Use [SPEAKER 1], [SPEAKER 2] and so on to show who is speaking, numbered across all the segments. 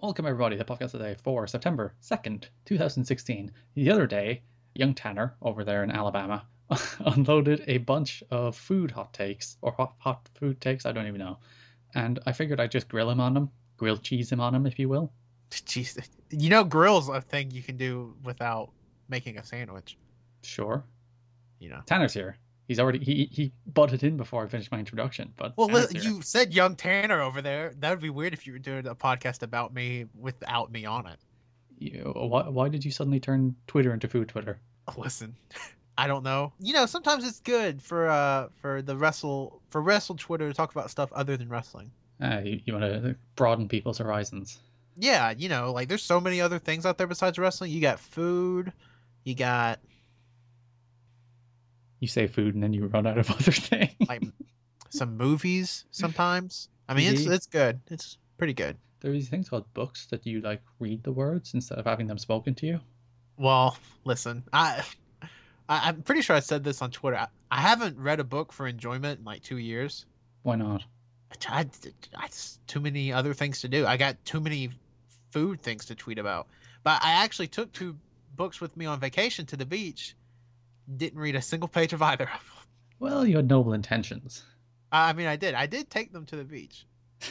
[SPEAKER 1] Welcome, everybody, to the podcast today for September 2nd, 2016. The other day, young Tanner over there in Alabama unloaded a bunch of food hot takes, or hot, hot food takes, I don't even know. And I figured I'd just grill him on them, grill cheese him on them, if you will.
[SPEAKER 2] Jeez, you know, grill's a thing you can do without making a sandwich.
[SPEAKER 1] Sure.
[SPEAKER 2] You know.
[SPEAKER 1] Tanner's here. He's already, he, he butted in before I finished my introduction, but.
[SPEAKER 2] Well,
[SPEAKER 1] Tanner's
[SPEAKER 2] li-
[SPEAKER 1] here.
[SPEAKER 2] you said young Tanner over there. That would be weird if you were doing a podcast about me without me on it.
[SPEAKER 1] you. Why, why did you suddenly turn Twitter into food Twitter?
[SPEAKER 2] Listen, I don't know. You know, sometimes it's good for uh for the wrestle for wrestle Twitter to talk about stuff other than wrestling.
[SPEAKER 1] Uh, you you want to broaden people's horizons.
[SPEAKER 2] Yeah, you know, like there's so many other things out there besides wrestling. You got food, you got
[SPEAKER 1] You say food and then you run out of other things.
[SPEAKER 2] like some movies sometimes. I mean, it's
[SPEAKER 1] Mhm.
[SPEAKER 2] it's good. It's pretty good.
[SPEAKER 1] there are these things called books that you like read the words instead of having them spoken to you.
[SPEAKER 2] Well, listen, I, I I'm pretty sure I said this on Twitter. I, I haven't read a book for enjoyment in like two years.
[SPEAKER 1] Why not?
[SPEAKER 2] I, I, I just too many other things to do. I got too many food things to tweet about. But I actually took two books with me on vacation to the beach. Didn't read a single page of either of them.
[SPEAKER 1] Well, you had noble intentions.
[SPEAKER 2] I I mean, I did. I did take them to the beach.
[SPEAKER 1] so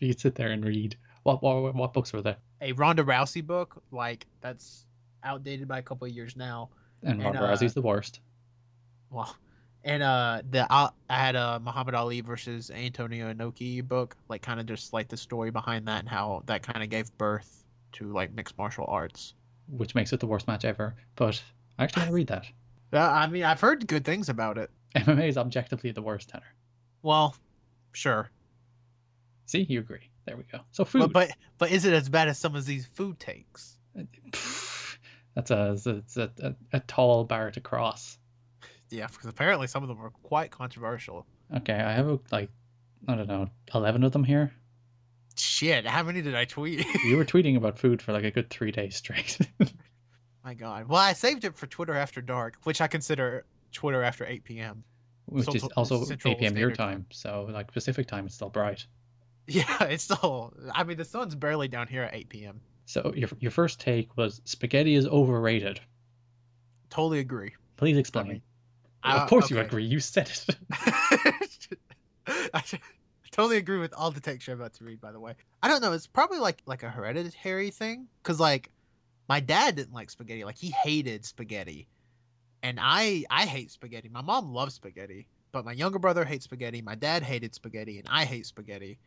[SPEAKER 1] you sit there and read. What what what books were there?
[SPEAKER 2] A Ronda Rousey book, like that's outdated by a couple of years now.
[SPEAKER 1] And
[SPEAKER 2] And,
[SPEAKER 1] Ronda
[SPEAKER 2] uh,
[SPEAKER 1] Rousey's the worst.
[SPEAKER 2] Wow. And uh, the I I had a Muhammad Ali versus Antonio Inoki book, like kind of just like the story behind that and how that kind of gave birth to like mixed martial arts.
[SPEAKER 1] which makes it the worst match ever. But I actually want to read that.
[SPEAKER 2] Uh, I mean, I've heard good things about it.
[SPEAKER 1] MMA is objectively the worst tenor.
[SPEAKER 2] Well, sure,
[SPEAKER 1] See, you agree. There we go. So
[SPEAKER 2] but,
[SPEAKER 1] food.
[SPEAKER 2] but but is it as bad as some of these food takes?
[SPEAKER 1] Pff, that's a that's a, a, a tall bar to cross.
[SPEAKER 2] Yeah, because apparently some of them are quite controversial.
[SPEAKER 1] Okay, I have like I don't know eleven of them here.
[SPEAKER 2] Shit, how many did I tweet?
[SPEAKER 1] You were tweeting about food for like a good three days straight.
[SPEAKER 2] My God. Well, I saved it for Twitter after dark, which I consider Twitter after 8 p.m.
[SPEAKER 1] which is
[SPEAKER 2] Central-
[SPEAKER 1] also
[SPEAKER 2] Central
[SPEAKER 1] 8 p.m. your
[SPEAKER 2] Standard
[SPEAKER 1] time. So like Pacific time, it's still bright.
[SPEAKER 2] Yeah, it's still. I mean, the sun's barely down here at 8 p.m.
[SPEAKER 1] So your your first take was spaghetti is overrated.
[SPEAKER 2] Totally agree.
[SPEAKER 1] Please explain.
[SPEAKER 2] mean,
[SPEAKER 1] of
[SPEAKER 2] uh,
[SPEAKER 1] course you
[SPEAKER 2] okay.
[SPEAKER 1] agree. You said it.
[SPEAKER 2] I totally agree with all the text you're about to read. By the way, I don't know. It's probably like like a hereditary thing because like my dad didn't like spaghetti. Like he hated spaghetti, and I I hate spaghetti. My mom loves spaghetti, but my younger brother hates spaghetti. My dad hated spaghetti, and I hate spaghetti.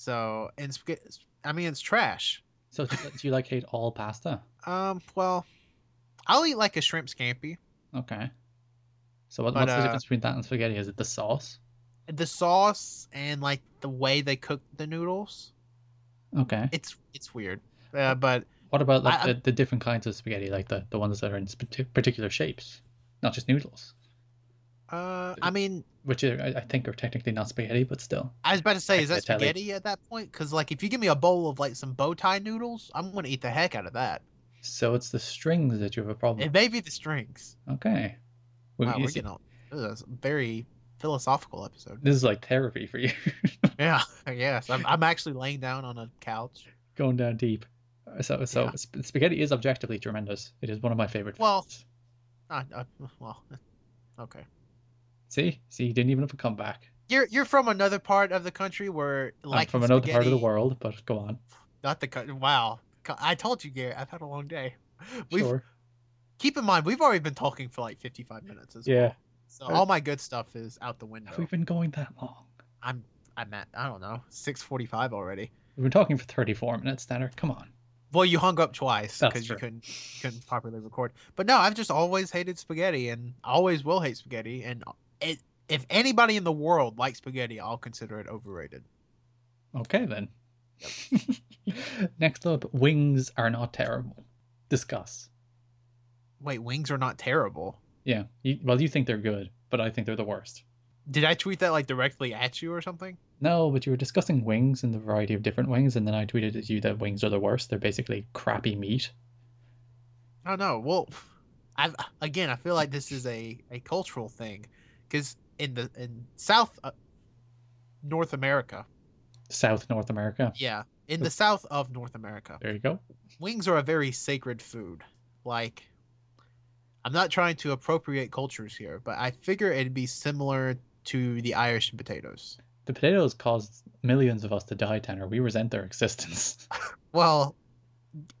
[SPEAKER 2] So and spaghetti. I mean, it's trash.
[SPEAKER 1] so do do you like hate all pasta?
[SPEAKER 2] Um. Well, I'll eat like a shrimp scampi.
[SPEAKER 1] Okay. So what,
[SPEAKER 2] But,
[SPEAKER 1] what's the
[SPEAKER 2] uh,
[SPEAKER 1] difference between that and spaghetti? Is it the sauce?
[SPEAKER 2] The sauce and like the way they cook the noodles.
[SPEAKER 1] Okay.
[SPEAKER 2] it's it's weird. Uh, but
[SPEAKER 1] What about like
[SPEAKER 2] I-
[SPEAKER 1] the, the different kinds of spaghetti, like the, the ones that are in sp- particular shapes, not just noodles,
[SPEAKER 2] uh, I mean,
[SPEAKER 1] which are, I, I think are technically not spaghetti, but still.
[SPEAKER 2] I was about to say, is that
[SPEAKER 1] Tagliatelle.
[SPEAKER 2] spaghetti at that point? Because like, if you give me a bowl of like some bow tie noodles, I'm gonna eat the heck out of that.
[SPEAKER 1] So it's the strings that you have a problem.
[SPEAKER 2] It may be the strings.
[SPEAKER 1] with. Okay. Mm-hmm. Well,
[SPEAKER 2] Wow,
[SPEAKER 1] you
[SPEAKER 2] we're
[SPEAKER 1] see-
[SPEAKER 2] getting on. This is a very philosophical episode.
[SPEAKER 1] This is like therapy for you,
[SPEAKER 2] Yeah, yes. I'm, I'm actually laying down on a couch.
[SPEAKER 1] going down deep. Uh, So so
[SPEAKER 2] Yeah.
[SPEAKER 1] sp- spaghetti is objectively tremendous. It is one of my favorite.
[SPEAKER 2] Well-
[SPEAKER 1] foods.
[SPEAKER 2] Uh, uh, well, okay.
[SPEAKER 1] see, see, you didn't even have a comeback.
[SPEAKER 2] You're you're from another part of the country where like
[SPEAKER 1] I'm from another part of the world, but go on.
[SPEAKER 2] Not the country. Wow. Co- I told you, Garrett. I've had a long day. We've
[SPEAKER 1] Sure.
[SPEAKER 2] keep in mind we've already been talking for like 55 minutes as
[SPEAKER 1] Yeah.
[SPEAKER 2] well. So all my good stuff is out the window.
[SPEAKER 1] Have we been going that long?
[SPEAKER 2] I'm I'm at I don't know 6:45 already.
[SPEAKER 1] We've been talking for 34 minutes, Tanner. Come on.
[SPEAKER 2] Well, you hung up twice
[SPEAKER 1] That's
[SPEAKER 2] because you
[SPEAKER 1] true.
[SPEAKER 2] couldn't couldn't properly record. But no, I've just always hated spaghetti and always will hate spaghetti. And it, if anybody in the world likes spaghetti, I'll consider it overrated.
[SPEAKER 1] Okay, then. Next up, wings are not terrible. Discuss.
[SPEAKER 2] Wait, wings are not terrible.
[SPEAKER 1] Yeah. You, well, you think they're good, but I think they're the worst.
[SPEAKER 2] Did I tweet that like directly at you or something?
[SPEAKER 1] No, but you were discussing wings and the variety of different wings, and then I tweeted at you that wings are the worst. They're basically crappy meat.
[SPEAKER 2] I don't know. Well, I again, I feel like this is a, a cultural thing, because in the in South uh, North America,
[SPEAKER 1] South North America.
[SPEAKER 2] yeah, in the south of North America,
[SPEAKER 1] There you go.
[SPEAKER 2] wings are a very sacred food. Like, I'm not trying to appropriate cultures here, but I figure it'd be similar to the Irish and potatoes.
[SPEAKER 1] The potatoes caused millions of us to die, Tanner. We resent their existence.
[SPEAKER 2] Well,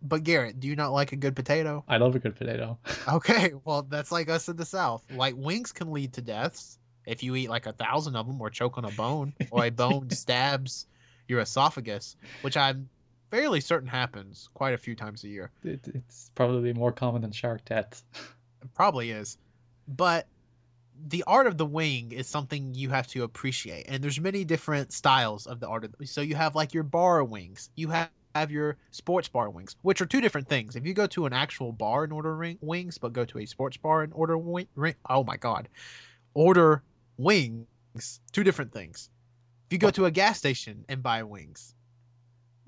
[SPEAKER 2] but Garrett, do you not like a good potato?
[SPEAKER 1] I love a good potato.
[SPEAKER 2] Okay, well, that's like us in the South. Like, wings can lead to deaths if you eat like a thousand of them or choke on a bone or a bone stabs your esophagus, which I'm fairly certain happens quite a few times a year.
[SPEAKER 1] It, it's probably more common than shark death.
[SPEAKER 2] It probably is. But the art of the wing is something you have to appreciate. And there's many different styles of the art of so you have like your bar wings. You have have your sports bar wings, which are two different things. If you go to an actual bar and order ring, wings, but go to a sports bar and order wing, ring, oh my god, order wings, two different things. If you go to a gas station and buy wings,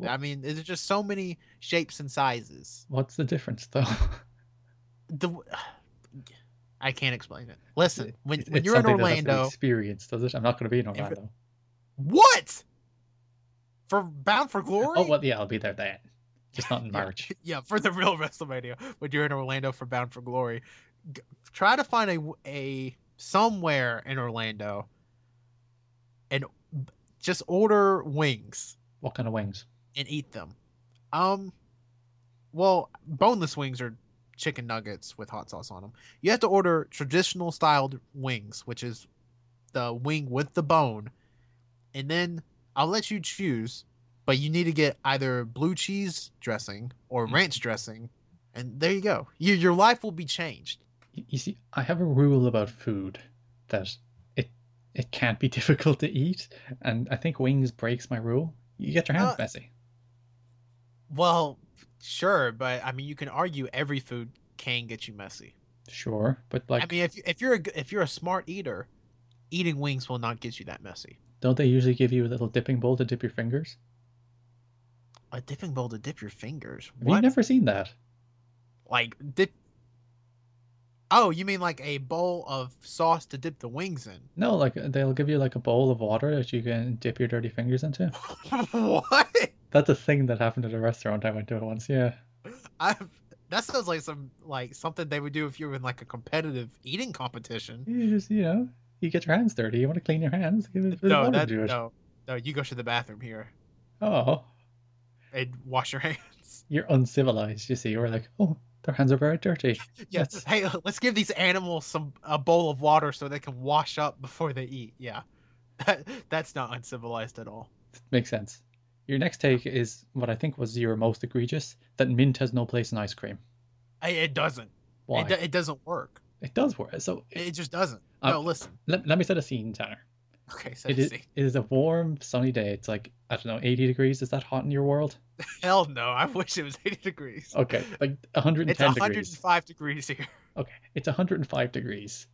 [SPEAKER 2] I mean, there's just so many shapes and sizes
[SPEAKER 1] What's the difference, though?
[SPEAKER 2] the I can't explain it. Listen, when,
[SPEAKER 1] It's-
[SPEAKER 2] when
[SPEAKER 1] it's
[SPEAKER 2] you're in
[SPEAKER 1] something that has to be
[SPEAKER 2] Orlando,
[SPEAKER 1] experienced, does it? I'm not going to be in
[SPEAKER 2] it-
[SPEAKER 1] Orlando.
[SPEAKER 2] what for Bound for Glory?
[SPEAKER 1] Oh well, yeah, I'll be there then. Just not in
[SPEAKER 2] Yeah.
[SPEAKER 1] March.
[SPEAKER 2] Yeah, for the real WrestleMania. When you're in Orlando for Bound for Glory, g- try to find a a somewhere in Orlando, and b- just order wings
[SPEAKER 1] What kind of wings?
[SPEAKER 2] and eat them. Um, well, boneless wings are chicken nuggets with hot sauce on them. You have to order traditional styled wings, which is the wing with the bone, and then I'll let you choose, but you need to get either blue cheese dressing or
[SPEAKER 1] Mm.
[SPEAKER 2] ranch dressing, and there you go. Your your life will be changed.
[SPEAKER 1] Y- You see, I have a rule about food that it it can't be difficult to eat, and I think wings breaks my rule. You get your hands
[SPEAKER 2] Uh,
[SPEAKER 1] messy.
[SPEAKER 2] Well, sure, but I mean, you can argue every food can get you messy.
[SPEAKER 1] Sure, but like,
[SPEAKER 2] I mean, if if you're a, g- if you're a smart eater, eating wings will not get you that messy.
[SPEAKER 1] don't they usually give you a little dipping bowl to dip your fingers?
[SPEAKER 2] A dipping bowl to dip your fingers.
[SPEAKER 1] Have you
[SPEAKER 2] What?
[SPEAKER 1] never seen that?
[SPEAKER 2] Like dip. Oh, you mean like a bowl of sauce to dip the wings in?
[SPEAKER 1] No, like they'll give you like a bowl of water that you can dip your dirty fingers into.
[SPEAKER 2] what?
[SPEAKER 1] That's a thing that happened at a restaurant I went to once. Yeah,
[SPEAKER 2] I. That sounds like some like something they would do if you were in like a competitive eating competition.
[SPEAKER 1] you just you know you get your hands dirty. You want to clean your hands? Give it a bit of
[SPEAKER 2] No,
[SPEAKER 1] water
[SPEAKER 2] that
[SPEAKER 1] to it.
[SPEAKER 2] no, no. You go to the bathroom here
[SPEAKER 1] Oh,
[SPEAKER 2] and wash your hands.
[SPEAKER 1] you're uncivilized. You see, we're like, oh, their hands are very dirty.
[SPEAKER 2] Yes.
[SPEAKER 1] Yes.
[SPEAKER 2] Hey, let's give these animals some a bowl of water so they can wash up before they eat. Yeah, that, that's not uncivilized at all.
[SPEAKER 1] Makes sense. Your next take is what I think was your most egregious: that mint has no place in ice cream.
[SPEAKER 2] I, it doesn't.
[SPEAKER 1] Why?
[SPEAKER 2] It, do, it doesn't work.
[SPEAKER 1] It does work. So
[SPEAKER 2] It it just doesn't.
[SPEAKER 1] Uh,
[SPEAKER 2] no, listen.
[SPEAKER 1] let, let me set a scene, Tanner.
[SPEAKER 2] Okay, so
[SPEAKER 1] It
[SPEAKER 2] you
[SPEAKER 1] is,
[SPEAKER 2] see.
[SPEAKER 1] it is a warm, sunny day. It's like I don't know, 80 degrees. Is that hot in your world?
[SPEAKER 2] Hell no. I wish it was 80 degrees.
[SPEAKER 1] Okay, like 110
[SPEAKER 2] It's 105
[SPEAKER 1] degrees.
[SPEAKER 2] degrees here.
[SPEAKER 1] Okay, it's 105 degrees.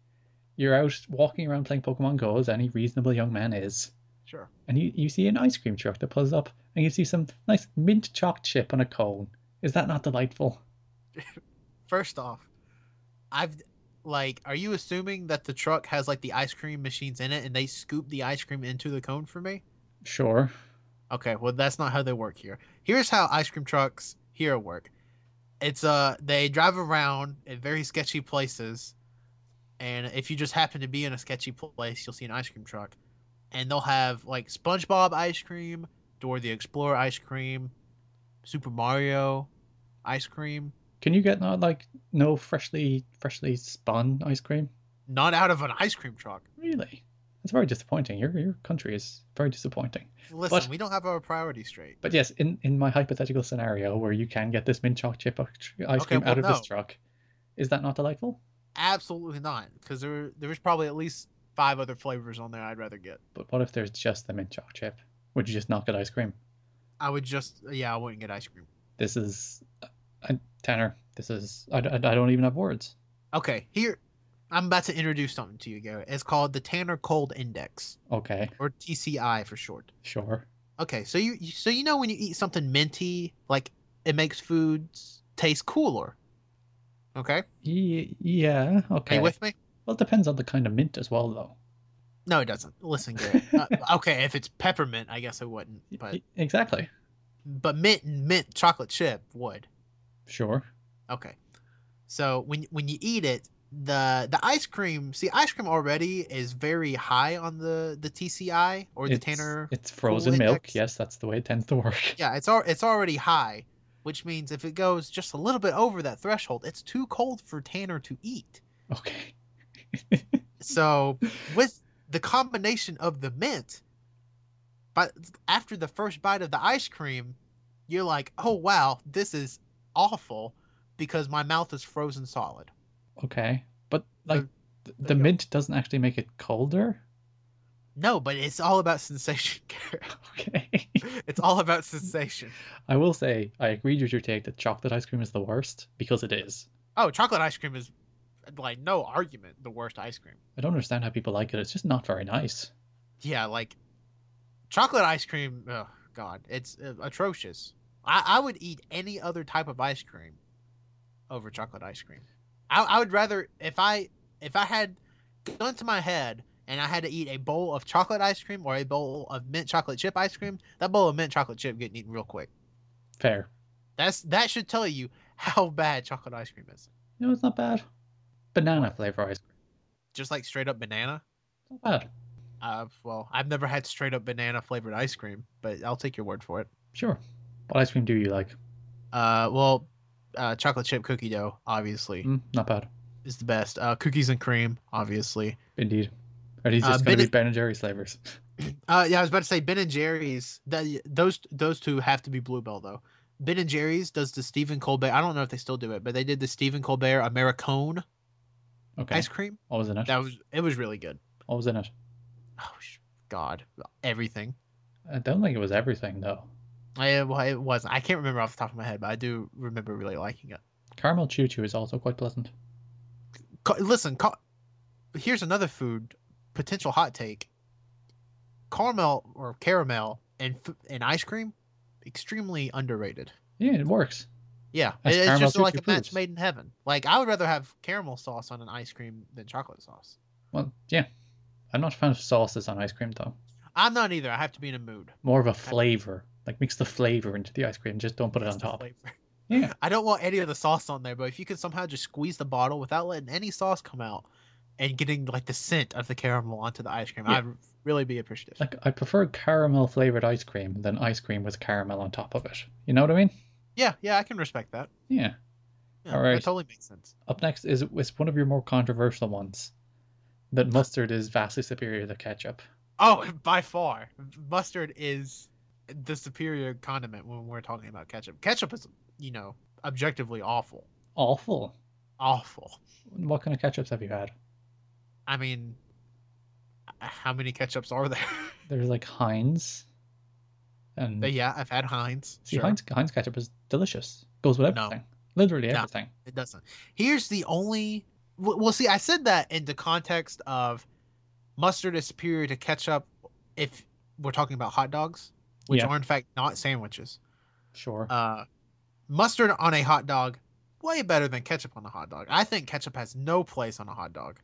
[SPEAKER 1] You're out walking around playing Pokemon Go, as any reasonable young man is.
[SPEAKER 2] Sure.
[SPEAKER 1] And you, you see an ice cream truck that pulls up, and you see some nice mint choc chip on a cone. Is that not delightful?
[SPEAKER 2] First off, I've like, are you assuming that the truck has like the ice cream machines in it and they scoop the ice cream into the cone for me?
[SPEAKER 1] Sure.
[SPEAKER 2] Okay, well that's not how they work here. Here's how ice cream trucks here work. It's uh they drive around in very sketchy places and if you just happen to be in a sketchy place, you'll see an ice cream truck and they'll have like SpongeBob ice cream, Dora the Explorer ice cream, Super Mario ice cream,
[SPEAKER 1] Can you get not like no freshly freshly spun ice cream?
[SPEAKER 2] not out of an ice cream truck.
[SPEAKER 1] Really? That's very disappointing. Your your country is very disappointing.
[SPEAKER 2] Listen,
[SPEAKER 1] But-
[SPEAKER 2] we don't have our priorities straight.
[SPEAKER 1] But yes, in, in my hypothetical scenario where you can get this mint choc chip ice
[SPEAKER 2] Okay,
[SPEAKER 1] cream out of
[SPEAKER 2] well, no.
[SPEAKER 1] this truck, is that not delightful?
[SPEAKER 2] Absolutely not, because there there's probably at least five other flavors on there I'd rather get.
[SPEAKER 1] But what if there's just the mint choc chip? Would you just not get ice cream?
[SPEAKER 2] I would just yeah, I wouldn't get ice cream.
[SPEAKER 1] This is I, Tanner. This is I, I- I don't even have words.
[SPEAKER 2] Okay, here I'm about to introduce something to you, Garrett. It's called the Tanner Cold Index,
[SPEAKER 1] Okay,
[SPEAKER 2] or TCI for short.
[SPEAKER 1] sure.
[SPEAKER 2] Okay, so you you- so you know when you eat something minty, like it makes foods taste cooler. Okay,
[SPEAKER 1] Ye- yeah.
[SPEAKER 2] are
[SPEAKER 1] Okay.
[SPEAKER 2] you with me?
[SPEAKER 1] Well, it depends on the kind of mint as well, though.
[SPEAKER 2] No, it doesn't. Listen, Garrett. uh, okay, if it's peppermint, I guess it wouldn't. But
[SPEAKER 1] E- exactly.
[SPEAKER 2] but mint mint chocolate chip would.
[SPEAKER 1] Sure.
[SPEAKER 2] Okay. So when when you eat it, the the ice cream. See, ice cream already is very high on the the TCI or the
[SPEAKER 1] it's,
[SPEAKER 2] Tanner.
[SPEAKER 1] It's frozen
[SPEAKER 2] Cool
[SPEAKER 1] milk.
[SPEAKER 2] Index.
[SPEAKER 1] Yes, that's the way it tends to work.
[SPEAKER 2] Yeah, it's al- it's already high, which means if it goes just a little bit over that threshold, it's too cold for Tanner to eat.
[SPEAKER 1] Okay.
[SPEAKER 2] So with the combination of the mint, but after the first bite of the ice cream, you're like, oh wow, this is awful because my mouth is frozen solid.
[SPEAKER 1] Okay. But like
[SPEAKER 2] There-
[SPEAKER 1] th-
[SPEAKER 2] there
[SPEAKER 1] the
[SPEAKER 2] you go.
[SPEAKER 1] mint doesn't actually make it colder.
[SPEAKER 2] No, but it's all about sensation, Garrett.
[SPEAKER 1] Okay.
[SPEAKER 2] It's all about sensation.
[SPEAKER 1] I will say I agreed with your take that chocolate ice cream is the worst because it is.
[SPEAKER 2] Oh, chocolate ice cream is like no argument the worst ice cream.
[SPEAKER 1] I don't understand how people like it. It's just not very nice.
[SPEAKER 2] Yeah, like chocolate ice cream. Oh God, it's uh, atrocious. I, I would eat any other type of ice cream over chocolate ice cream. I, I would rather if I if I had gone to my head and I had to eat a bowl of chocolate ice cream or a bowl of mint chocolate chip ice cream. That bowl of mint chocolate chip getting eaten real quick.
[SPEAKER 1] Fair.
[SPEAKER 2] That's that should tell you how bad chocolate ice cream is.
[SPEAKER 1] No, it's not bad. Banana flavor ice cream.
[SPEAKER 2] Just like straight up banana.
[SPEAKER 1] Not bad.
[SPEAKER 2] Uh, well, I've never had straight up banana flavored ice cream, but I'll take your word for it.
[SPEAKER 1] Sure. What ice cream do you like?
[SPEAKER 2] Uh, well, uh, chocolate chip cookie dough, obviously,
[SPEAKER 1] Mm, not bad.
[SPEAKER 2] is the best. Uh, cookies and cream, obviously.
[SPEAKER 1] Indeed. Are these
[SPEAKER 2] Uh,
[SPEAKER 1] just going to
[SPEAKER 2] Ben-
[SPEAKER 1] be Ben and Jerry's flavors?
[SPEAKER 2] Uh, yeah, I was about to say Ben and Jerry's. That, those those two have to be Bluebell though. Ben and Jerry's does the Stephen Colbert. I don't know if they still do it, but they did the Stephen Colbert Americone
[SPEAKER 1] Okay.
[SPEAKER 2] ice cream.
[SPEAKER 1] What was in it?
[SPEAKER 2] That was it was really good.
[SPEAKER 1] What was in it?
[SPEAKER 2] Oh sh- God, everything.
[SPEAKER 1] I don't think it was everything though.
[SPEAKER 2] I, well, it wasn't. I can't remember off the top of my head, but I do remember really liking it.
[SPEAKER 1] Caramel choo choo is also quite pleasant.
[SPEAKER 2] Ca- listen, ca- here's another food potential hot take: caramel or caramel and f- and ice cream, extremely underrated.
[SPEAKER 1] Yeah, it works.
[SPEAKER 2] Yeah,
[SPEAKER 1] That's
[SPEAKER 2] it- it's
[SPEAKER 1] caramel
[SPEAKER 2] just like a
[SPEAKER 1] choo-choo
[SPEAKER 2] match
[SPEAKER 1] foods.
[SPEAKER 2] made in heaven. Like I would rather have caramel sauce on an ice cream than chocolate sauce.
[SPEAKER 1] Well, yeah. I'm not a fan of sauces on ice cream though.
[SPEAKER 2] I'm not either. I have to be in a mood.
[SPEAKER 1] More of a flavor. Like mix the flavor into the ice cream. Just don't put it
[SPEAKER 2] That's
[SPEAKER 1] on
[SPEAKER 2] the
[SPEAKER 1] top.
[SPEAKER 2] flavor.
[SPEAKER 1] Yeah.
[SPEAKER 2] I don't want any of the sauce on there, but if you could somehow just squeeze the bottle without letting any sauce come out and getting like the scent of the caramel onto the ice cream,
[SPEAKER 1] Yeah.
[SPEAKER 2] I'd really be appreciative.
[SPEAKER 1] Like I prefer caramel flavored ice cream than ice cream with caramel on top of it. You know what I mean?
[SPEAKER 2] yeah, yeah, I can respect that.
[SPEAKER 1] Yeah.
[SPEAKER 2] Yeah,
[SPEAKER 1] All right.
[SPEAKER 2] That totally makes sense.
[SPEAKER 1] Up next is is one of your more controversial ones. That mustard is vastly superior to ketchup.
[SPEAKER 2] Oh, by far, mustard is the superior condiment when we're talking about ketchup. Ketchup is, you know, objectively awful.
[SPEAKER 1] Awful.
[SPEAKER 2] Awful.
[SPEAKER 1] What kind of ketchups have you had?
[SPEAKER 2] I mean, how many ketchups are there?
[SPEAKER 1] There's like Heinz. And
[SPEAKER 2] but Uh, yeah, I've had Heinz.
[SPEAKER 1] see
[SPEAKER 2] sure.
[SPEAKER 1] Heinz Heinz ketchup is delicious. Goes with
[SPEAKER 2] No.
[SPEAKER 1] everything. Literally
[SPEAKER 2] No.
[SPEAKER 1] everything.
[SPEAKER 2] It doesn't. Here's the only. w- Well, see, I said that in the context of mustard is superior to ketchup if we're talking about hot dogs, which
[SPEAKER 1] Yeah.
[SPEAKER 2] are in fact not sandwiches.
[SPEAKER 1] Sure.
[SPEAKER 2] uh, mustard on a hot dog way better than ketchup on a hot dog. I think ketchup has no place on a hot dog.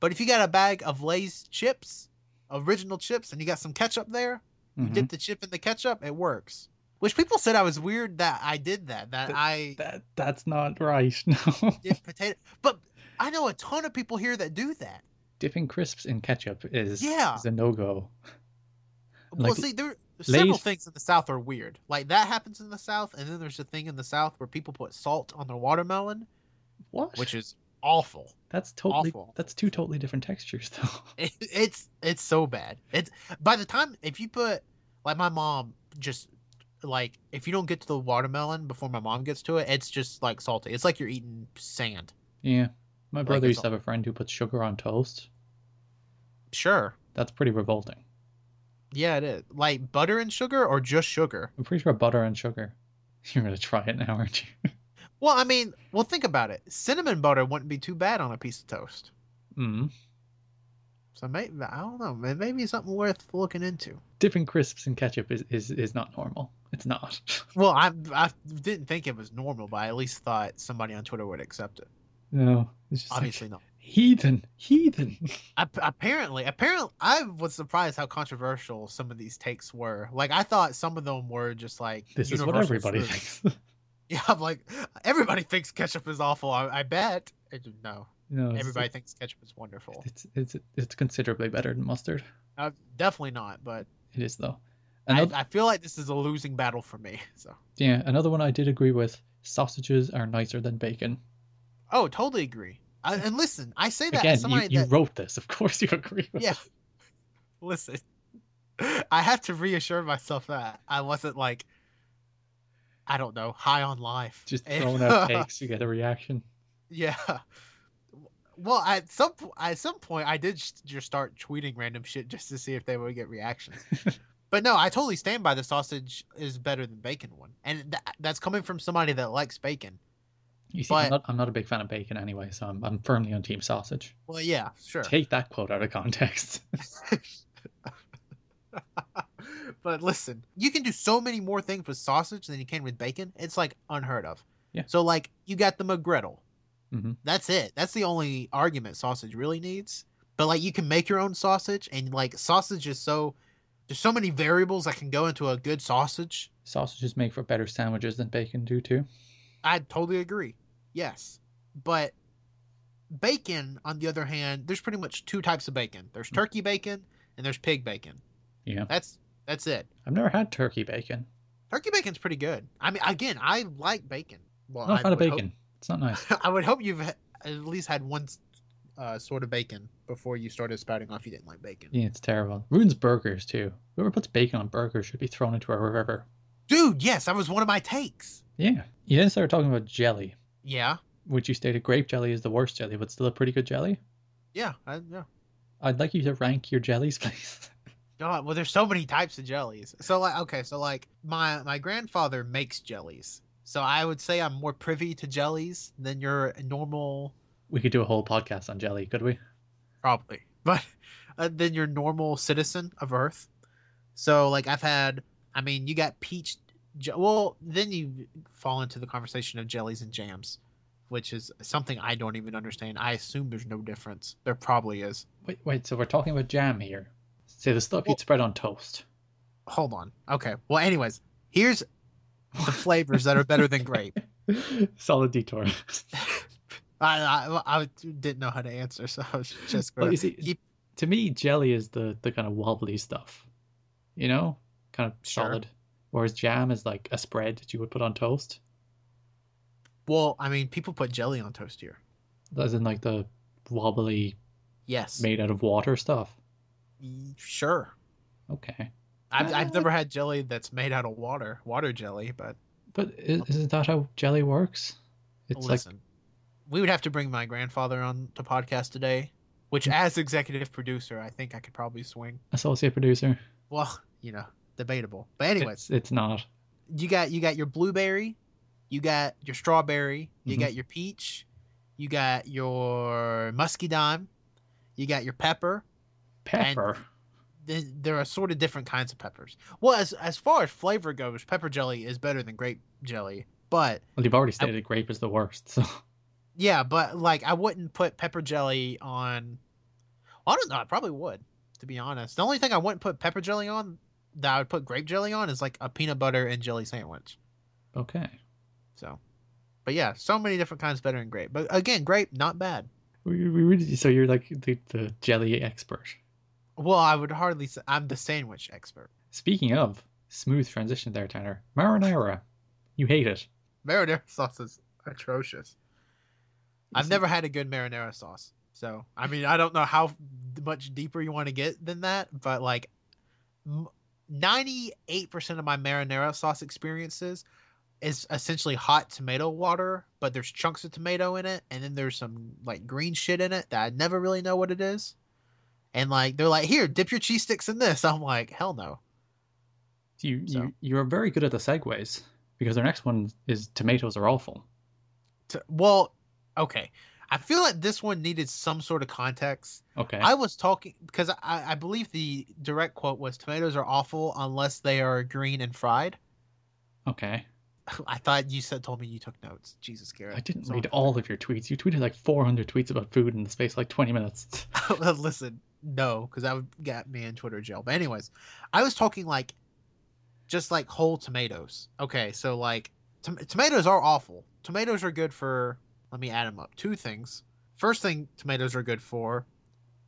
[SPEAKER 2] But if you got a bag of Lay's chips, original chips, and you got some ketchup there,
[SPEAKER 1] Mhm.
[SPEAKER 2] dip the chip in the ketchup, it works. Which people said I was weird that I did that, that
[SPEAKER 1] Th-
[SPEAKER 2] I
[SPEAKER 1] That that's not right. No.
[SPEAKER 2] dip potato. But I know a ton of people here that do that.
[SPEAKER 1] Dipping crisps in ketchup is
[SPEAKER 2] Yeah.
[SPEAKER 1] is a no go.
[SPEAKER 2] well,
[SPEAKER 1] Like,
[SPEAKER 2] see, there several
[SPEAKER 1] Lay's-
[SPEAKER 2] things in the South are weird. Like that happens in the South, and then there's a thing in the South where people put salt on their watermelon,
[SPEAKER 1] What?
[SPEAKER 2] which is awful.
[SPEAKER 1] that's totally
[SPEAKER 2] awful.
[SPEAKER 1] that's two totally different textures though.
[SPEAKER 2] it, it's it's so bad. It's by the time if you put like my mom just like if you don't get to the watermelon before my mom gets to it, it's just like salty. It's like you're eating sand.
[SPEAKER 1] yeah. My brother
[SPEAKER 2] it's
[SPEAKER 1] used to have a friend who puts sugar on toast.
[SPEAKER 2] Sure.
[SPEAKER 1] That's pretty revolting.
[SPEAKER 2] Yeah, it is. Like butter and sugar or just sugar?
[SPEAKER 1] I'm pretty sure butter and sugar. You're gonna try it now, aren't you?
[SPEAKER 2] Well, I mean, well think about it. Cinnamon butter wouldn't be too bad on a piece of toast. Mm-hmm.
[SPEAKER 1] mm.
[SPEAKER 2] So maybe I don't know. It may be something worth looking into.
[SPEAKER 1] Dipping crisps in ketchup is, is, is not normal. It's not.
[SPEAKER 2] Well, I I didn't think it was normal, but I at least thought somebody on Twitter would accept it.
[SPEAKER 1] no. It's just like,
[SPEAKER 2] Obviously not.
[SPEAKER 1] Heathen, heathen.
[SPEAKER 2] Ap- apparently, apparently, I was surprised how controversial some of these takes were. Like, I thought some of them were just like
[SPEAKER 1] This is what
[SPEAKER 2] universal
[SPEAKER 1] everybody
[SPEAKER 2] truth.
[SPEAKER 1] thinks.
[SPEAKER 2] Yeah, I'm like everybody thinks ketchup is awful. I, I bet. I d- No,
[SPEAKER 1] no, it's-
[SPEAKER 2] everybody thinks ketchup is wonderful.
[SPEAKER 1] It's it's it's considerably better than mustard.
[SPEAKER 2] Uh, definitely not, but
[SPEAKER 1] It is though.
[SPEAKER 2] I,
[SPEAKER 1] Another,
[SPEAKER 2] I feel like this is a losing battle for me. So,
[SPEAKER 1] yeah, another one I did agree with. Sausages are nicer than bacon.
[SPEAKER 2] oh, totally agree. I, and listen, I say that
[SPEAKER 1] Again,
[SPEAKER 2] as
[SPEAKER 1] you,
[SPEAKER 2] somebody
[SPEAKER 1] you
[SPEAKER 2] that
[SPEAKER 1] wrote this. Of course you agree with
[SPEAKER 2] yeah. Listen, I have to reassure myself that I wasn't like, I don't know, high on life.
[SPEAKER 1] just throwing out takes, you get a reaction.
[SPEAKER 2] Yeah. Well, at some po- at some point, I did sh- just start tweeting random shit just to see if they would get reactions. but no, I totally stand by the sausage is better than bacon one, and tha- that's coming from somebody that likes bacon.
[SPEAKER 1] You see, I'm,
[SPEAKER 2] But-
[SPEAKER 1] not, I'm not a big fan of bacon anyway, so I'm, I'm firmly on team sausage.
[SPEAKER 2] Well, yeah, sure.
[SPEAKER 1] Take that quote out of context.
[SPEAKER 2] but listen, you can do so many more things with sausage than you can with bacon. It's like unheard of.
[SPEAKER 1] Yeah.
[SPEAKER 2] So like you got the McGriddle.
[SPEAKER 1] Mhm.
[SPEAKER 2] That's it. That's the only argument sausage really needs. But like you can make your own sausage, and like sausage is so there's so many variables that can go into a good sausage.
[SPEAKER 1] Sausages make for better sandwiches than bacon do too.
[SPEAKER 2] I totally agree. Yes, but bacon on the other hand, there's pretty much two types of bacon. There's turkey bacon and there's pig bacon.
[SPEAKER 1] Mm. Yeah,
[SPEAKER 2] That's that's it.
[SPEAKER 1] I've never had turkey bacon.
[SPEAKER 2] Turkey bacon's pretty good. I mean, again, I like bacon. Well,
[SPEAKER 1] Not a
[SPEAKER 2] I
[SPEAKER 1] fan of
[SPEAKER 2] would hope-
[SPEAKER 1] bacon. It's not nice.
[SPEAKER 2] I would hope you've ha- at least had one uh, sort of bacon before you started spouting off you didn't like bacon.
[SPEAKER 1] Yeah, it's terrible. Ruins burgers too. Whoever puts bacon on burgers should be thrown into a river.
[SPEAKER 2] Dude, yes, that was one of my takes.
[SPEAKER 1] Yeah. You then started talking about jelly,
[SPEAKER 2] Yeah,
[SPEAKER 1] which you stated grape jelly is the worst jelly, but still a pretty good jelly.
[SPEAKER 2] yeah, I, yeah.
[SPEAKER 1] I'd like you to rank your jellies, please.
[SPEAKER 2] God, well, there's so many types of jellies. So like, okay, so like my my grandfather makes jellies. So I would say I'm more privy to jellies than your normal,
[SPEAKER 1] We could do a whole podcast on jelly, could we?
[SPEAKER 2] probably, but uh, than your normal citizen of Earth. So like I've had, I mean, you got peach. Je- well, then you fall into the conversation of jellies and jams, which is something I don't even understand. I assume there's no difference. There probably is.
[SPEAKER 1] Wait, wait. So we're talking about jam here. So the stuff
[SPEAKER 2] Well-
[SPEAKER 1] you'd spread on toast.
[SPEAKER 2] Hold on. Okay. Well, anyways, here's the flavors that are better than grape.
[SPEAKER 1] Solid detour.
[SPEAKER 2] I, I I didn't know how to answer, so I was just
[SPEAKER 1] well,
[SPEAKER 2] gonna-
[SPEAKER 1] you see,
[SPEAKER 2] Keep-
[SPEAKER 1] to me, jelly is the the kind of wobbly stuff, you know, kind of
[SPEAKER 2] Sure.
[SPEAKER 1] solid. Whereas jam is like a spread that you would put on toast,
[SPEAKER 2] well, I mean, people put jelly on toast here.
[SPEAKER 1] as in like the wobbly,
[SPEAKER 2] Yes,
[SPEAKER 1] made out of water stuff.
[SPEAKER 2] Mm, sure.
[SPEAKER 1] Okay,
[SPEAKER 2] I've,
[SPEAKER 1] Uh,
[SPEAKER 2] I've never had jelly that's made out of water, water jelly, but
[SPEAKER 1] but i- isn't that how jelly works? It's like
[SPEAKER 2] listen, we would have to bring my grandfather on the podcast today,
[SPEAKER 1] Mm.
[SPEAKER 2] which as executive producer, I think I could probably swing.
[SPEAKER 1] associate producer.
[SPEAKER 2] Well, you know, debatable. But anyways,
[SPEAKER 1] It's, it's not.
[SPEAKER 2] you got you got your blueberry, you got your strawberry, you
[SPEAKER 1] Mhm.
[SPEAKER 2] got your peach, you got your musky dime, you got your pepper,
[SPEAKER 1] Pepper.
[SPEAKER 2] th- there are sort of different kinds of peppers. Well, as as far as flavor goes, pepper jelly is better than grape jelly. But
[SPEAKER 1] well, you've already stated grape is the worst. So
[SPEAKER 2] yeah, but like I wouldn't put pepper jelly on. I don't know. I probably would, to be honest. The only thing I wouldn't put pepper jelly on that I would put grape jelly on is like a peanut butter and jelly sandwich.
[SPEAKER 1] okay,
[SPEAKER 2] So, but yeah, so many different kinds better than grape. But again, grape not bad.
[SPEAKER 1] we, we really, so you're like the, the jelly expert.
[SPEAKER 2] Well, I would hardly say I'm the sandwich expert.
[SPEAKER 1] Speaking of smooth transition there, Tanner. Marinara, you hate it.
[SPEAKER 2] Marinara sauce is atrocious. I've
[SPEAKER 1] It's-
[SPEAKER 2] never had a good marinara sauce. So, I mean, I don't know how much deeper you want to get than that, but like m- 98% of my marinara sauce experiences is essentially hot tomato water, but there's chunks of tomato in it, and then there's some like green shit in it that I never really know what it is. And like, they're like, here, dip your cheese sticks in this. I'm like, hell no.
[SPEAKER 1] You, you
[SPEAKER 2] so.
[SPEAKER 1] you are very good at the segues because our next one is tomatoes are awful.
[SPEAKER 2] T- well, okay. I feel like this one needed some sort of context.
[SPEAKER 1] Okay.
[SPEAKER 2] I was talking because I, I believe the direct quote was tomatoes are awful unless they are green and fried.
[SPEAKER 1] Okay.
[SPEAKER 2] I thought you said told me you took notes. Jesus, Garrett.
[SPEAKER 1] I didn't
[SPEAKER 2] So-
[SPEAKER 1] read all of your tweets. You tweeted like 400 tweets about food in the space of like 20 minutes.
[SPEAKER 2] Listen, no, because that would get me in Twitter jail. But anyways, I was talking like, just like whole tomatoes. Okay, so like tom- tomatoes are awful. Tomatoes are good for. Let me add them up. Two things. First thing tomatoes are good for,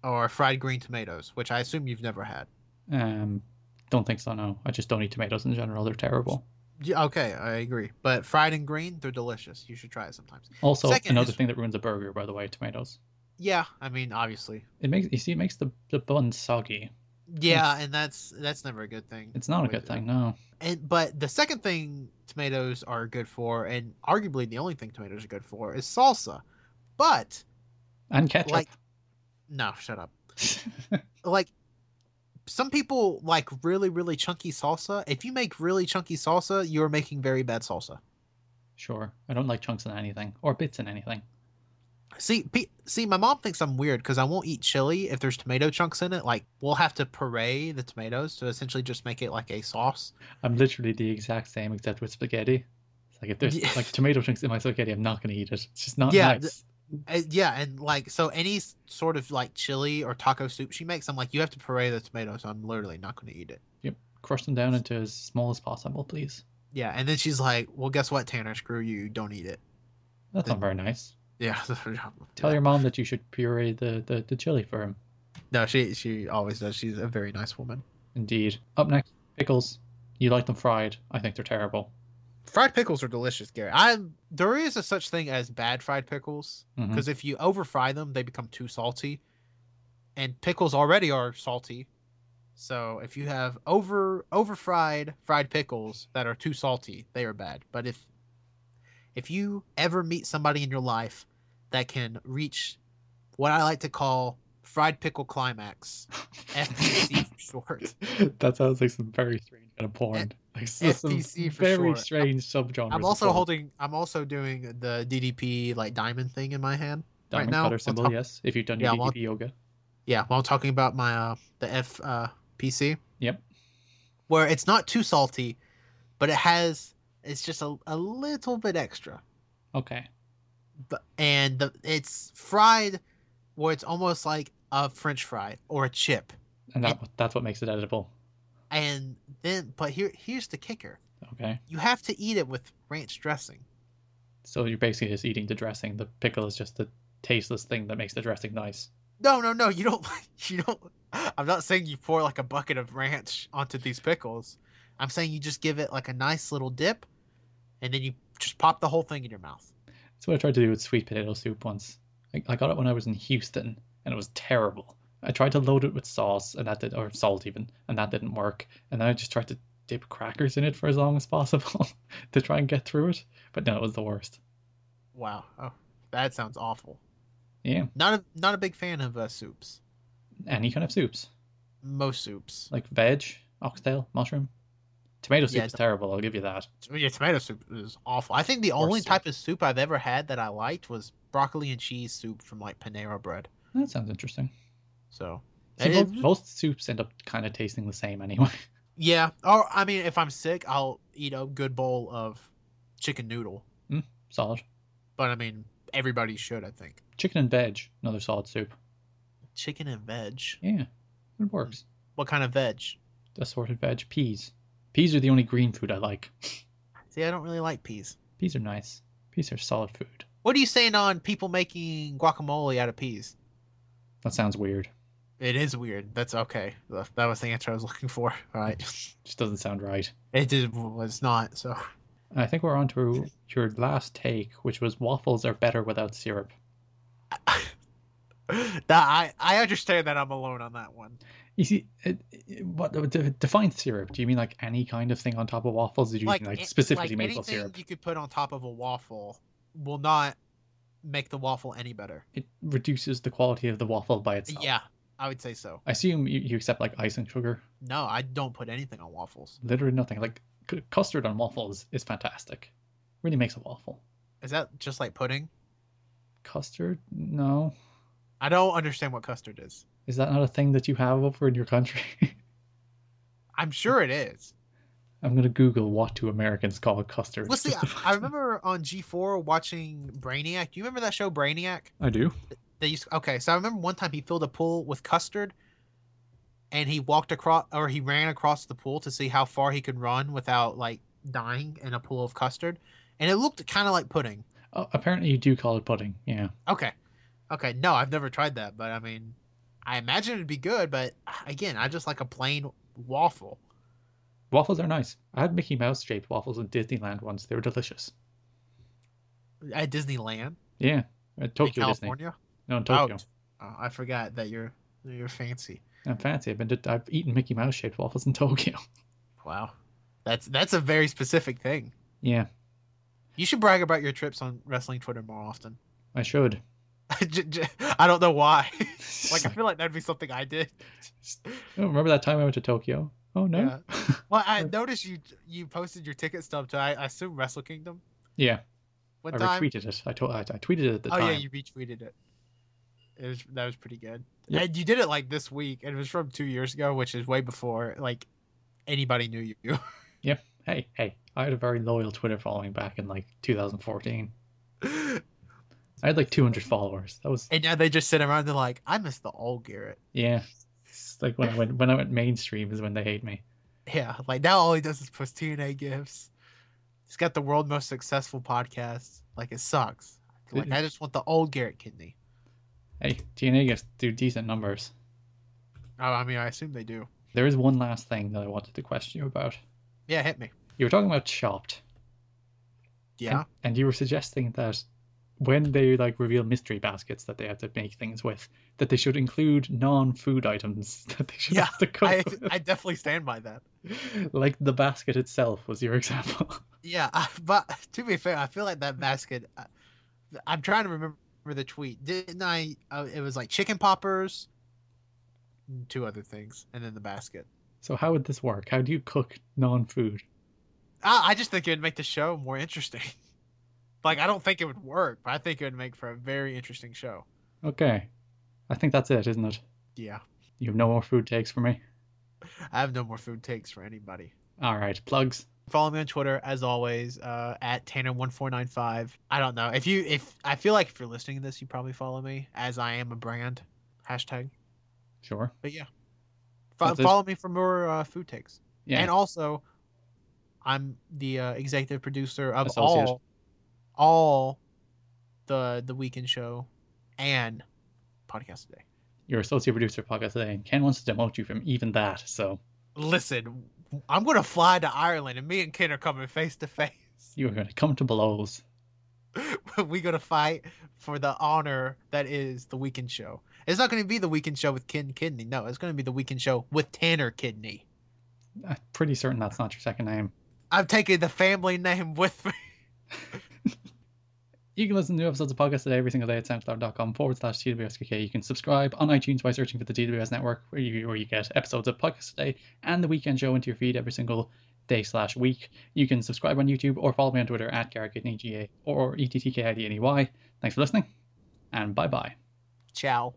[SPEAKER 2] are fried green tomatoes, which I assume you've never had.
[SPEAKER 1] Um, don't think so. No, I just don't eat tomatoes in general. They're terrible.
[SPEAKER 2] Yeah, okay, I agree. But fried and green, they're delicious. You should try it sometimes.
[SPEAKER 1] Also,
[SPEAKER 2] Second
[SPEAKER 1] another
[SPEAKER 2] is-
[SPEAKER 1] thing that ruins a burger, by the way, tomatoes.
[SPEAKER 2] Yeah, I mean, obviously.
[SPEAKER 1] It makes you see, it makes the the bun soggy.
[SPEAKER 2] Yeah, and that's that's never a good thing.
[SPEAKER 1] It's not a
[SPEAKER 2] Wait,
[SPEAKER 1] good
[SPEAKER 2] did I-
[SPEAKER 1] thing. No.
[SPEAKER 2] And but the second thing tomatoes are good for, and arguably the only thing tomatoes are good for, is salsa. But
[SPEAKER 1] And ketchup.
[SPEAKER 2] like, no, shut up. Like, some people like really really chunky salsa. If you make really chunky salsa, you are making very bad salsa.
[SPEAKER 1] sure. I don't like chunks in anything or bits in anything.
[SPEAKER 2] See, pe- see, my mom thinks I'm weird because I won't eat chili if there's tomato chunks in it. Like, we'll have to puree the tomatoes to essentially just make it like a sauce.
[SPEAKER 1] I'm literally the exact same except with spaghetti. It's like if there's
[SPEAKER 2] Yeah.
[SPEAKER 1] like tomato chunks in my spaghetti, I'm not gonna eat it. It's just not
[SPEAKER 2] Yeah,
[SPEAKER 1] nice.
[SPEAKER 2] th- Uh, yeah, and like so, any s- sort of like chili or taco soup she makes, I'm like, you have to puree the tomatoes. I'm literally not going to eat it.
[SPEAKER 1] Crush them down into as small as possible, please.
[SPEAKER 2] Yeah, and then she's like, well, guess what, Tanner? Screw you. Don't eat it.
[SPEAKER 1] That's not very nice.
[SPEAKER 2] Yeah.
[SPEAKER 1] Tell your mom that you should puree the, the, the chili for him.
[SPEAKER 2] No, she she always does. She's a very nice woman.
[SPEAKER 1] Indeed. Up next, pickles. You like them fried. I think they're terrible.
[SPEAKER 2] Fried pickles are delicious, Gary. I there is a such thing as bad fried pickles.
[SPEAKER 1] Mhm.
[SPEAKER 2] because if you over fry them, they become too salty, and pickles already are salty. So if you have over over fried fried pickles that are too salty, they are bad. But if if you ever meet somebody in your life that can reach what I like to call fried pickle climax, FPC for short,
[SPEAKER 1] that sounds like some very strange kind of porn. Like so- some
[SPEAKER 2] FPC for
[SPEAKER 1] very
[SPEAKER 2] sure.
[SPEAKER 1] strange subgenres.
[SPEAKER 2] I'm
[SPEAKER 1] of
[SPEAKER 2] also
[SPEAKER 1] porn.
[SPEAKER 2] holding I'm also doing the DDP like diamond thing in my hand.
[SPEAKER 1] diamond
[SPEAKER 2] right now,
[SPEAKER 1] cutter
[SPEAKER 2] on
[SPEAKER 1] symbol.
[SPEAKER 2] top-
[SPEAKER 1] Yes, if you've done
[SPEAKER 2] Yeah,
[SPEAKER 1] your
[SPEAKER 2] I'm on-
[SPEAKER 1] DDP yoga.
[SPEAKER 2] yeah while talking about my uh the f uh pc
[SPEAKER 1] Yep.
[SPEAKER 2] where it's not too salty but it has it's just a, a little bit extra
[SPEAKER 1] Okay.
[SPEAKER 2] but, and the, it's fried where it's almost like a french fry or a chip
[SPEAKER 1] And that that's what makes it edible.
[SPEAKER 2] and then but here here's the kicker
[SPEAKER 1] Okay.
[SPEAKER 2] you have to eat it with ranch dressing
[SPEAKER 1] So you're basically just eating the dressing. The pickle is just the tasteless thing that makes the dressing nice.
[SPEAKER 2] no no no you don't you don't i'm not saying you pour like a bucket of ranch onto these pickles i'm saying you just give it like a nice little dip and then you just pop the whole thing in your mouth
[SPEAKER 1] That's what I tried to do with sweet potato soup once. I, I got it when I was in Houston, and it was terrible. I tried to load it with sauce, and that did, or salt even, and that didn't work. And then I just tried to dip crackers in it for as long as possible to try and get through it. But no, it was the worst.
[SPEAKER 2] Wow. Oh, that sounds awful.
[SPEAKER 1] Yeah,
[SPEAKER 2] Not a not a big fan of uh, soups.
[SPEAKER 1] any kind of soups,
[SPEAKER 2] Most soups.
[SPEAKER 1] like veg, oxtail, mushroom, tomato soup
[SPEAKER 2] Yeah,
[SPEAKER 1] is
[SPEAKER 2] the-
[SPEAKER 1] terrible. I'll give you that.
[SPEAKER 2] Yeah, tomato soup is awful. I think the
[SPEAKER 1] Or
[SPEAKER 2] only
[SPEAKER 1] soup.
[SPEAKER 2] type of soup I've ever had that I liked was broccoli and cheese soup from like Panera Bread.
[SPEAKER 1] That sounds interesting.
[SPEAKER 2] So.
[SPEAKER 1] See,
[SPEAKER 2] it-
[SPEAKER 1] most,
[SPEAKER 2] it-
[SPEAKER 1] most soups end up kind of tasting the same anyway.
[SPEAKER 2] yeah. Or I mean, if I'm sick, I'll eat a good bowl of chicken noodle.
[SPEAKER 1] Solid.
[SPEAKER 2] But I mean, everybody should. I think
[SPEAKER 1] chicken and veg, another solid soup.
[SPEAKER 2] chicken and veg.
[SPEAKER 1] Yeah, it works.
[SPEAKER 2] What kind of veg?
[SPEAKER 1] Assorted veg, peas. Peas are the only green food I like.
[SPEAKER 2] See, I don't really like peas.
[SPEAKER 1] Peas are nice. Peas are solid food.
[SPEAKER 2] What are you saying on people making guacamole out of peas?
[SPEAKER 1] That sounds weird.
[SPEAKER 2] It is weird. That's okay. Th- That was the answer I was looking for. All right.
[SPEAKER 1] Just doesn't sound right.
[SPEAKER 2] It did, was not. So,
[SPEAKER 1] I think we're on to your last take, which was waffles are better without syrup.
[SPEAKER 2] that I I understand that I'm alone on that one.
[SPEAKER 1] You see, it, it- what de- define syrup? Do you mean like any kind of thing on top of waffles? Did you mean like
[SPEAKER 2] a-
[SPEAKER 1] specifically
[SPEAKER 2] like
[SPEAKER 1] maple
[SPEAKER 2] anything
[SPEAKER 1] syrup?
[SPEAKER 2] you could put on top of a waffle will not make the waffle any better.
[SPEAKER 1] It reduces the quality of the waffle by itself.
[SPEAKER 2] Yeah, I would say so.
[SPEAKER 1] I assume you, you accept like ice and sugar.
[SPEAKER 2] No, I don't put anything on waffles.
[SPEAKER 1] Literally nothing. Like c- custard on waffles is fantastic. Really makes a waffle.
[SPEAKER 2] Is that just like pudding?
[SPEAKER 1] Custard? No.
[SPEAKER 2] I don't understand what custard is.
[SPEAKER 1] Is that not a thing that you have over in your country?
[SPEAKER 2] I'm sure it is.
[SPEAKER 1] I'm gonna Google what do Americans call custard.
[SPEAKER 2] Well, see,
[SPEAKER 1] just to
[SPEAKER 2] I
[SPEAKER 1] find-
[SPEAKER 2] remember on G4 watching Brainiac. You remember that show Brainiac?
[SPEAKER 1] I do.
[SPEAKER 2] They used okay. So I remember one time he filled a pool with custard, and he walked across or he ran across the pool to see how far he could run without like dying in a pool of custard, and it looked kind of like pudding.
[SPEAKER 1] Oh, apparently, you do call it pudding. Yeah.
[SPEAKER 2] Okay, okay. No, I've never tried that, but I mean, I imagine it'd be good. But again, I just like a plain waffle.
[SPEAKER 1] Waffles are nice. I had Mickey Mouse shaped waffles in Disneyland once. They were delicious.
[SPEAKER 2] At Disneyland,
[SPEAKER 1] Yeah. At
[SPEAKER 2] in
[SPEAKER 1] Tokyo Disney.
[SPEAKER 2] California.
[SPEAKER 1] No, in Tokyo.
[SPEAKER 2] Oh, I forgot that you're you're fancy.
[SPEAKER 1] I'm fancy. I've been to, I've eaten Mickey Mouse shaped waffles in Tokyo.
[SPEAKER 2] Wow, that's that's a very specific thing.
[SPEAKER 1] Yeah,
[SPEAKER 2] You should brag about your trips on wrestling Twitter more often.
[SPEAKER 1] I should.
[SPEAKER 2] J- j- I don't know why. like I feel like that'd be something I did.
[SPEAKER 1] Oh, remember that time I went to Tokyo? Oh no. Yeah.
[SPEAKER 2] Well, I
[SPEAKER 1] Right.
[SPEAKER 2] noticed you you posted your ticket stub to I, I assume Wrestle Kingdom one
[SPEAKER 1] I
[SPEAKER 2] time.
[SPEAKER 1] retweeted it. I told I, I tweeted it at the
[SPEAKER 2] oh
[SPEAKER 1] time.
[SPEAKER 2] yeah, you retweeted it. It was that was pretty good.
[SPEAKER 1] Yeah.
[SPEAKER 2] And you did it like this week, and it was from two years ago, which is way before like anybody knew you.
[SPEAKER 1] Hey, hey. I had a very loyal Twitter following back in like 2014. I had like 200 followers. That was
[SPEAKER 2] and now they just sit around. They're like, I miss the old Garrett.
[SPEAKER 1] yeah. It's like when I went when I went mainstream is when they hate me.
[SPEAKER 2] Yeah, like now all he does is post TNA gifs. He's got the world's most successful podcast. Like it sucks. Like I just want the old Garrett Kidney.
[SPEAKER 1] Hey, TNA gets do decent numbers.
[SPEAKER 2] Oh, I mean, I assume they do.
[SPEAKER 1] There is one last thing that I wanted to question you about.
[SPEAKER 2] Yeah, hit me.
[SPEAKER 1] You were talking about Chopped,
[SPEAKER 2] Yeah.
[SPEAKER 1] and, and you were suggesting that when they like reveal mystery baskets that they have to make things with, that they should include non-food items that they should
[SPEAKER 2] Yeah,
[SPEAKER 1] have to cook.
[SPEAKER 2] I,
[SPEAKER 1] with.
[SPEAKER 2] I definitely stand by that.
[SPEAKER 1] like the basket itself was your example.
[SPEAKER 2] Yeah, I, but to be fair, I feel like that basket. I, I'm trying to remember the tweet. Didn't I? Uh, it was like chicken poppers, and two other things, and then the basket.
[SPEAKER 1] So how would this work? How do you cook non-food?
[SPEAKER 2] I, I just think it would make the show more interesting. like I don't think it would work, but I think it would make for a very interesting show.
[SPEAKER 1] Okay, I think that's it, isn't it?
[SPEAKER 2] Yeah,
[SPEAKER 1] You have no more food takes for me.
[SPEAKER 2] I have no more food takes for anybody.
[SPEAKER 1] All right, plugs.
[SPEAKER 2] follow me on twitter as always uh, at tanner1495 i don't know if you if i feel like if you're listening to this you probably follow me as i am a brand hashtag
[SPEAKER 1] Sure.
[SPEAKER 2] but yeah Fo-
[SPEAKER 1] That's it.
[SPEAKER 2] follow me for more uh, food takes
[SPEAKER 1] Yeah.
[SPEAKER 2] and also i'm the uh, executive producer of
[SPEAKER 1] Associate.
[SPEAKER 2] all all the the weekend show and podcast today
[SPEAKER 1] You're associate producer of podcast today, and Ken wants to demote you from even that. So
[SPEAKER 2] listen i'm gonna fly to ireland and me and ken are coming face to face
[SPEAKER 1] you are going to come to blows.
[SPEAKER 2] we're gonna fight for the honor that is the weekend show. It's not gonna be the weekend show with Ken Kidney. No, it's gonna be the weekend show with Tanner Kidney.
[SPEAKER 1] I'm pretty certain that's not your second name.
[SPEAKER 2] I'm taking the family name with me.
[SPEAKER 1] You can listen to new episodes of podcast today every single day at soundcloud.com forward slash TWSKK. You can subscribe on iTunes by searching for the TWS network, where you, where you get episodes of podcast today and the weekend show into your feed every single day slash week. You can subscribe on YouTube or follow me on Twitter at E GarrettKidneyGA or ETTKIDNEY. Thanks for listening, and bye bye.
[SPEAKER 2] Ciao.